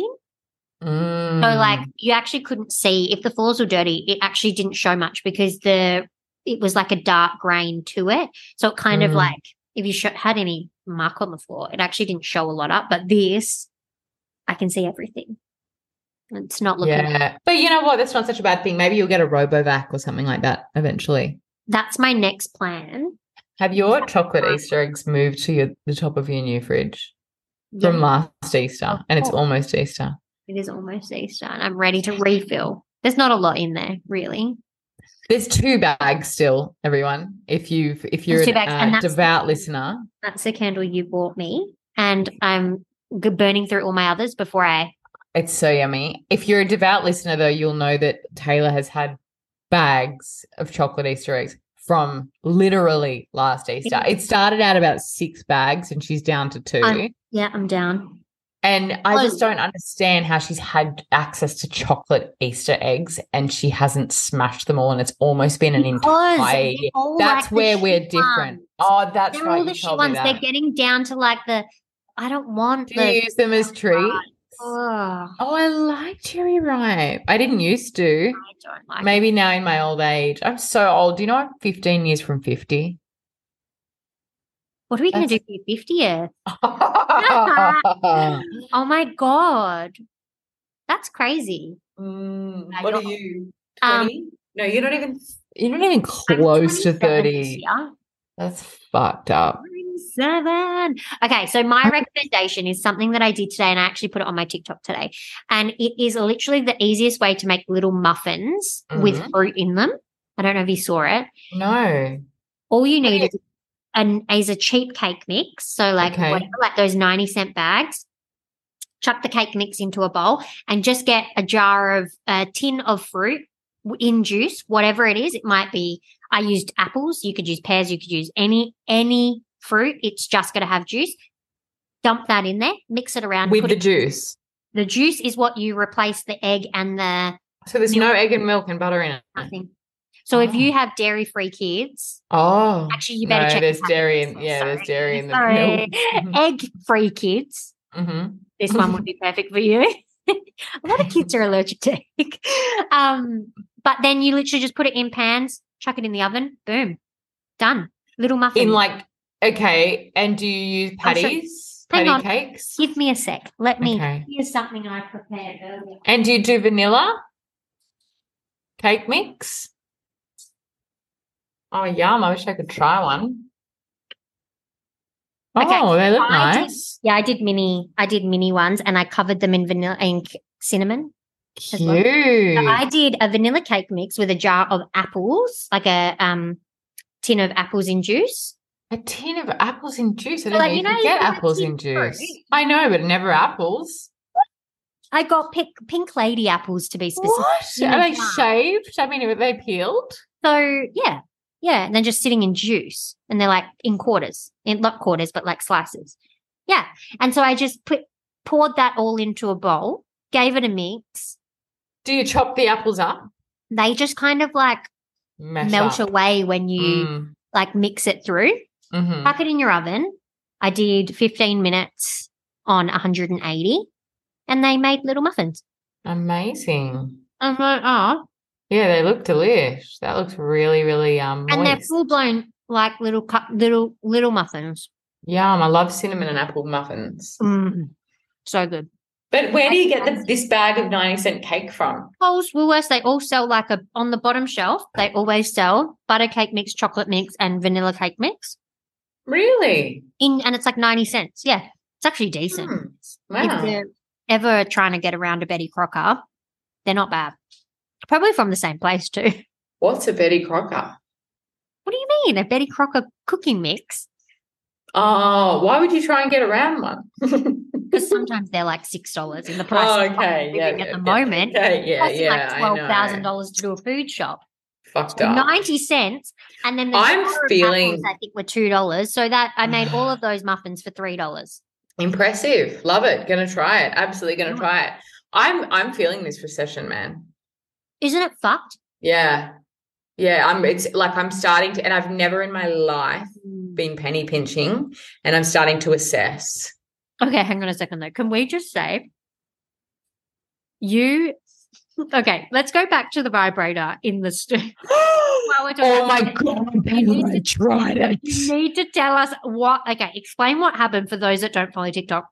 So Mm. like you actually couldn't see if the floors were dirty, it actually didn't show much because the it was like a dark grain to it. So it kind of Mm. like if you sho- had any mark on the floor, it actually didn't show a lot up. But this, I can see everything. It's not looking. Yeah. But you know what? That's not such a bad thing. Maybe you'll get a Robovac or something like that eventually. That's my next plan. Have your chocolate Easter eggs moved to your, the top of your new fridge from Yeah, Oh. last Easter? Of and it's course. almost Easter. it is almost Easter, and I'm ready to refill. There's not a lot in there, really. There's two bags still, everyone. If you have if you're two an, bags, and uh, that's- devout listener, That's the candle you bought me, and I'm g- burning through all my others before I. it's so yummy. If you're a devout listener, though, you'll know that Taylor has had bags of chocolate Easter eggs from literally last Easter. It started out about six bags, and she's down to 2 I'm- Yeah, I'm down. And I just Oh. don't understand how she's had access to chocolate Easter eggs and she hasn't smashed them all. And it's almost been an Because entire they're year. all That's like the where we're shit different. ones. Oh, that's they're right. all you the shit told me ones. that. They're getting down to like the I don't want Do you the use them as treats? oh, Oh, I like cherry ripe. I didn't used to. I don't like it. Maybe now in my old age. I'm so old. Do you know I'm 15 years from 50? What are we gonna do That's- for your fiftieth? Mm, Oh my god. That's crazy. Mm, No, what are you're- you? Um, 20? no, you're not even. You're not even I'm close to 27 this 30. year. That's fucked up. 27. Okay, so my recommendation is something that I did today, and I actually put it on my TikTok today. And it is literally the easiest way to make little muffins with Mhm. fruit in them. I don't know if you saw it. No. All you need Okay. is an is a cheap cake mix. So like Okay. whatever, like those 90 cent bags. Chuck the cake mix into a bowl and just get a jar of a tin of fruit w- in juice, whatever it is. It might be I used apples, you could use pears, you could use any any fruit. It's just going to have juice. Dump that in there, mix it around. With put the it- juice. the juice is what you replace the egg and the So there's no egg and milk and butter in it. nothing. So if Oh. you have dairy free kids, Oh. Actually, you better no, check. the There's packaging. dairy in, yeah, there's Sorry. dairy in the Sorry. milk. Egg-free kids. Mhm. This one would be perfect for you. a lot of kids are allergic to egg. Um, but then you literally just put it in pans, chuck it in the oven, boom, done. Little muffin. In like, okay. And do you use I'm sorry. patties? Hang Patty on. cakes? give me a sec. Let me. Okay. Here's something I prepared earlier. And do you do vanilla? Cake mix? Oh, yum. I wish I could try one. Okay, Oh, they look I did- nice. Yeah, I did mini. I did mini ones, and I covered them in vanilla and c- cinnamon. as well. So Cute. So I did a vanilla cake mix with a jar of apples, like a um, tin of apples in juice. A tin of apples in juice. I Well, didn't like, know you you, know, could you get got a apples tin in fruit. juice. I know, but never apples. I got pink, pink lady apples to be specific. What? In a Are they jar. shaved? I mean, are they peeled? So yeah, yeah, and they're just sitting in juice, and they're like in quarters, in not quarters, but like slices. Yeah, and so I just put poured that all into a bowl, gave it a mix. Do you chop the apples up? They just kind of like Mash melt up. away when you Mm, like mix it through. mhm. Tuck it in your oven. I did 15 minutes on 180, and they made little muffins. Amazing. I'm like, oh, Yeah, they look delish. That looks really, really um and they're moist. full blown like little cup, little little muffins. Yum. I love cinnamon and apple muffins. Mm, so good. But where do you get the, Fancy. this bag of 90 cent cake from? Coles, Woolworths, they all sell like a on the bottom shelf. They always sell butter cake mix, chocolate mix, and vanilla cake mix. Really? Mm, In and it's like ninety cents. Yeah, it's actually decent. Hmm. If Wow. the- ever trying to get around a Betty Crocker, they're not bad. Probably from the same place too. What's a Betty Crocker? What do you mean? A Betty Crocker cooking mix? Oh, why would you try and get around one? Because sometimes they're like six dollars in the price. oh, of what we're okay. Yeah, living yeah, at the yeah. moment, Okay, yeah, costing yeah. like I twelve know. thousand dollars to do a food shop, Fucked up. ninety cents, and then the I'm jar of feeling- muffins, I think were two dollars. So that I made all of those muffins for three dollars. Impressive. Love it. Gonna try it. Absolutely gonna Yeah. try it. I'm I'm feeling this recession, man. Isn't it fucked? Yeah. Yeah. I'm it's like I'm starting to and I've never in my life been penny pinching and I'm starting to assess. Okay, hang on a second though. Can we just say you? Okay, let's go back to the vibrator in the stu- while we're talking oh about my it. god, Ben, I tried it. You need to tell us what. Okay, explain what happened for those that don't follow TikTok.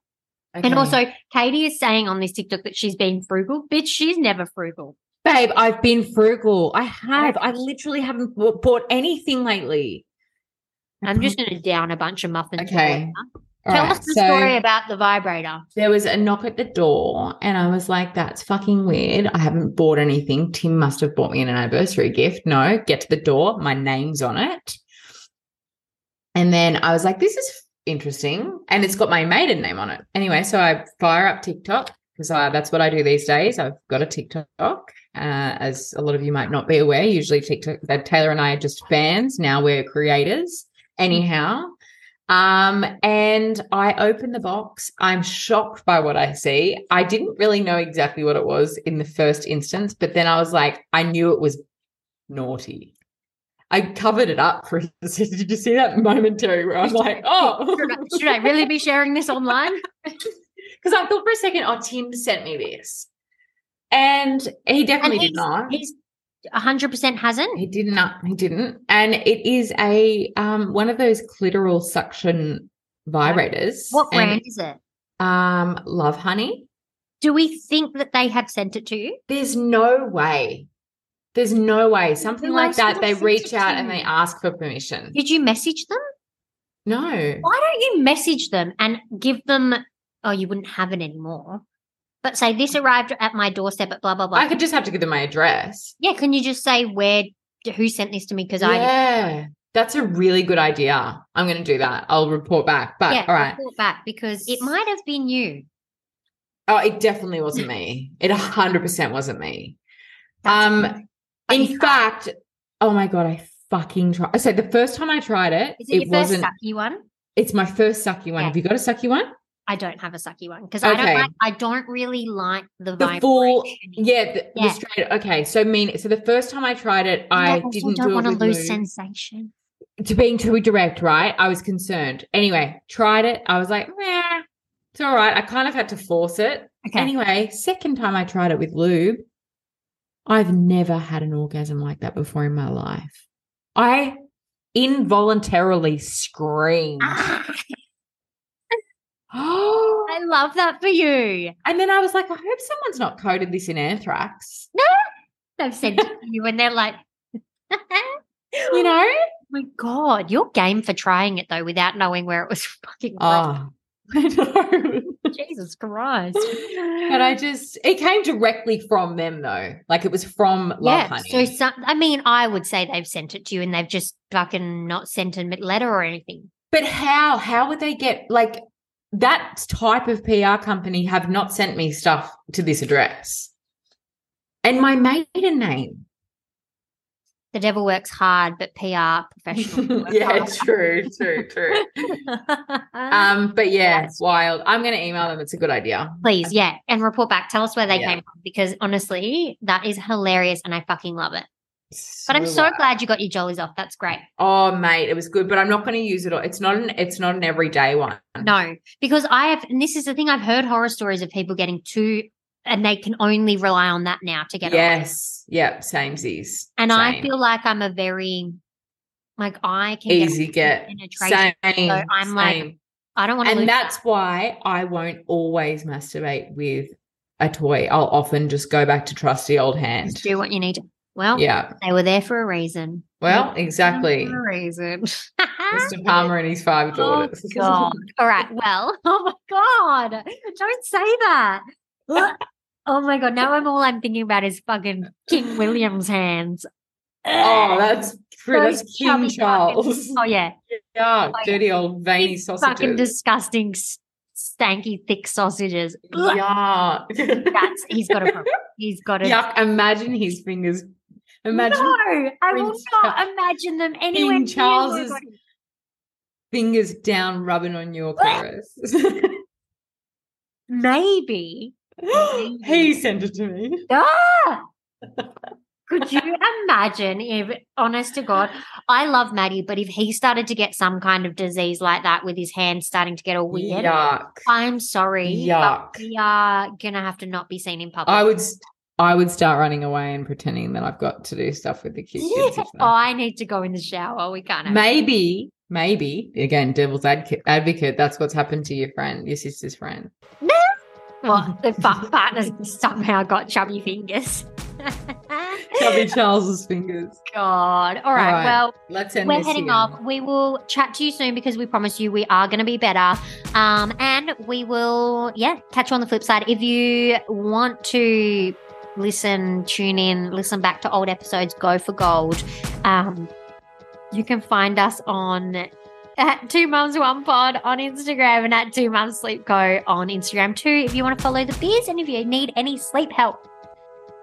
And also, Katie is saying on this TikTok that she's being frugal. Bitch, she's never frugal. Babe, I've been frugal. I have. I literally haven't b- bought anything lately. I'm just Mm-hmm. going to down a bunch of muffins. for Okay. you. All Tell right, us the so story about the vibrator. There was a knock at the door, and I was like, that's fucking weird. I haven't bought anything. Tim must have bought me an anniversary gift. No, get to the door. My name's on it. And then I was like, this is interesting. And it's got my maiden name on it. Anyway, so I fire up TikTok because uh, that's what I do these days. I've got a TikTok. Uh, as a lot of you might not be aware, usually TikTok, that Taylor and I are just fans. Now we're creators. Anyhow, um, and I open the box. I'm shocked by what I see. I didn't really know exactly what it was in the first instance, but then I was like, I knew it was naughty. I covered it up for a second. Did you see that momentary where I was like, oh, Should I, should I really be sharing this online? because I thought for a second, oh, Tim sent me this. And he definitely he's- did not. He's 100% hasn't. He did not. He didn't. And it is a um one of those clitoral suction vibrators. What And, brand is it? Um, love honey. Do we think that they have sent it to you? There's no way. There's no way. Something Who like else would that. have They sent it reach to out and you? they ask for permission. Did you message them? No. Why don't you message them and give them, oh, you wouldn't have it anymore, but say this arrived at my doorstep at blah, blah, blah. I could just have to give them my address. yeah, can you just say where, who sent this to me? Because I didn't. Yeah. That's a really good idea. I'm going to do that. I'll report back. But all right. report back because it might have been you. Oh, it definitely wasn't me. It 100% wasn't me. That's Um, okay. But you In tried. fact, oh my God, I fucking tried. So the first time I tried it, is it, it, your wasn't, first sucky one? it's my first sucky one. Yeah. Have you got a sucky one? I don't have a sucky one because I Okay. don't like. I don't really like the, the vibration. full yeah, the, the Yeah. straight okay so mean so the first time i tried it And i also didn't don't do it want to with lose lube. sensation. to being too direct right i was concerned anyway tried it i was like nah, it's all right i kind of had to force it Okay, anyway second time i tried it with lube i've never had an orgasm like that before in my life i involuntarily screamed I oh love that for you. and then i was like i hope someone's not coded this in anthrax They've sent it to you, and they're like, "Oh you know my god, you're game for trying it though, without knowing where it was fucking. oh from." i know Jesus Christ! Oh. but I just it came directly from them though. Like it was from Love So Honey. some, I mean, I would say they've sent it to you and they've just fucking not sent a letter or anything. but how how would they get like that type of PR company have not sent me stuff to this address? And my maiden name. The devil works hard, but PR professional. yeah, true, true, true. Um, but yeah, Yes. wild. I'm gonna email them. It's a good idea. Please, yeah, and report back. Tell us where they Yeah. came from because honestly, that is hilarious, and I fucking love it. But I'm So so wild. glad you got your jollies off. That's great. Oh mate, it was good, but I'm not gonna use it all. It's not an it's not an everyday one. No, because I have, and this is the thing. I've heard horror stories of people getting too, and they can only rely on that now to get. away. Yes. Yep, samesies. and I Same. feel like I'm a very, like I can easy get, get penetration. same. So I'm like, same. I don't want to. and that's why I won't always masturbate with a toy. I'll often just go back to trusty old hand. Just do what you need to. Well, Yeah. they were there for a reason. Well, They were exactly. For a reason. Mr. Palmer and his five Oh daughters. God! All right. Well, oh my God! Don't say that. Oh my god! Now I'm all I'm thinking about is fucking King William's hands. Oh, that's true. Those That's King chubby Charles. fucking- Oh yeah, Yeah, like, dirty old veiny These fucking sausages. disgusting, s- stanky, thick sausages. Ugh. Yuck. That's he's got a problem. He's got a Yuck. Imagine his fingers. Imagine No, I will Prince not Charles- imagine them anywhere near Charles's- my body. fingers down, rubbing on your Ah. chorus. Maybe. he sent it to me. Ah! Could you imagine if, honest to God, I love Maddie, but if he started to get some kind of disease like that with his hands starting to get all weird, Yuck. I'm sorry. Yuck. But we are going to have to not be seen in public. I would. s- I would start running away and pretending that I've got to do stuff with the kids. Yeah. and Oh, stuff. I need to go in the shower. We can't. have- maybe, maybe again, devil's advocate. Advocate. That's what's happened to your friend, your sister's friend. Well, the fa- partners somehow got chubby fingers. Chubby Charles's fingers. God. All All right. right. Well, Let's end. We're this heading here. off. We will chat to you soon because we promise you we are going to be better. Um, and we will, yeah, catch you on the flip side. If you want to listen, tune in, listen back to old episodes, go for gold. Um, you can find us on at Two Mums One Pod on Instagram and at Two Mums Sleep Co on Instagram too. If you want to follow the beers and if you need any sleep help,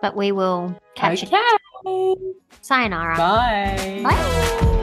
but we will catch you. Okay. Sayonara. Bye. Bye.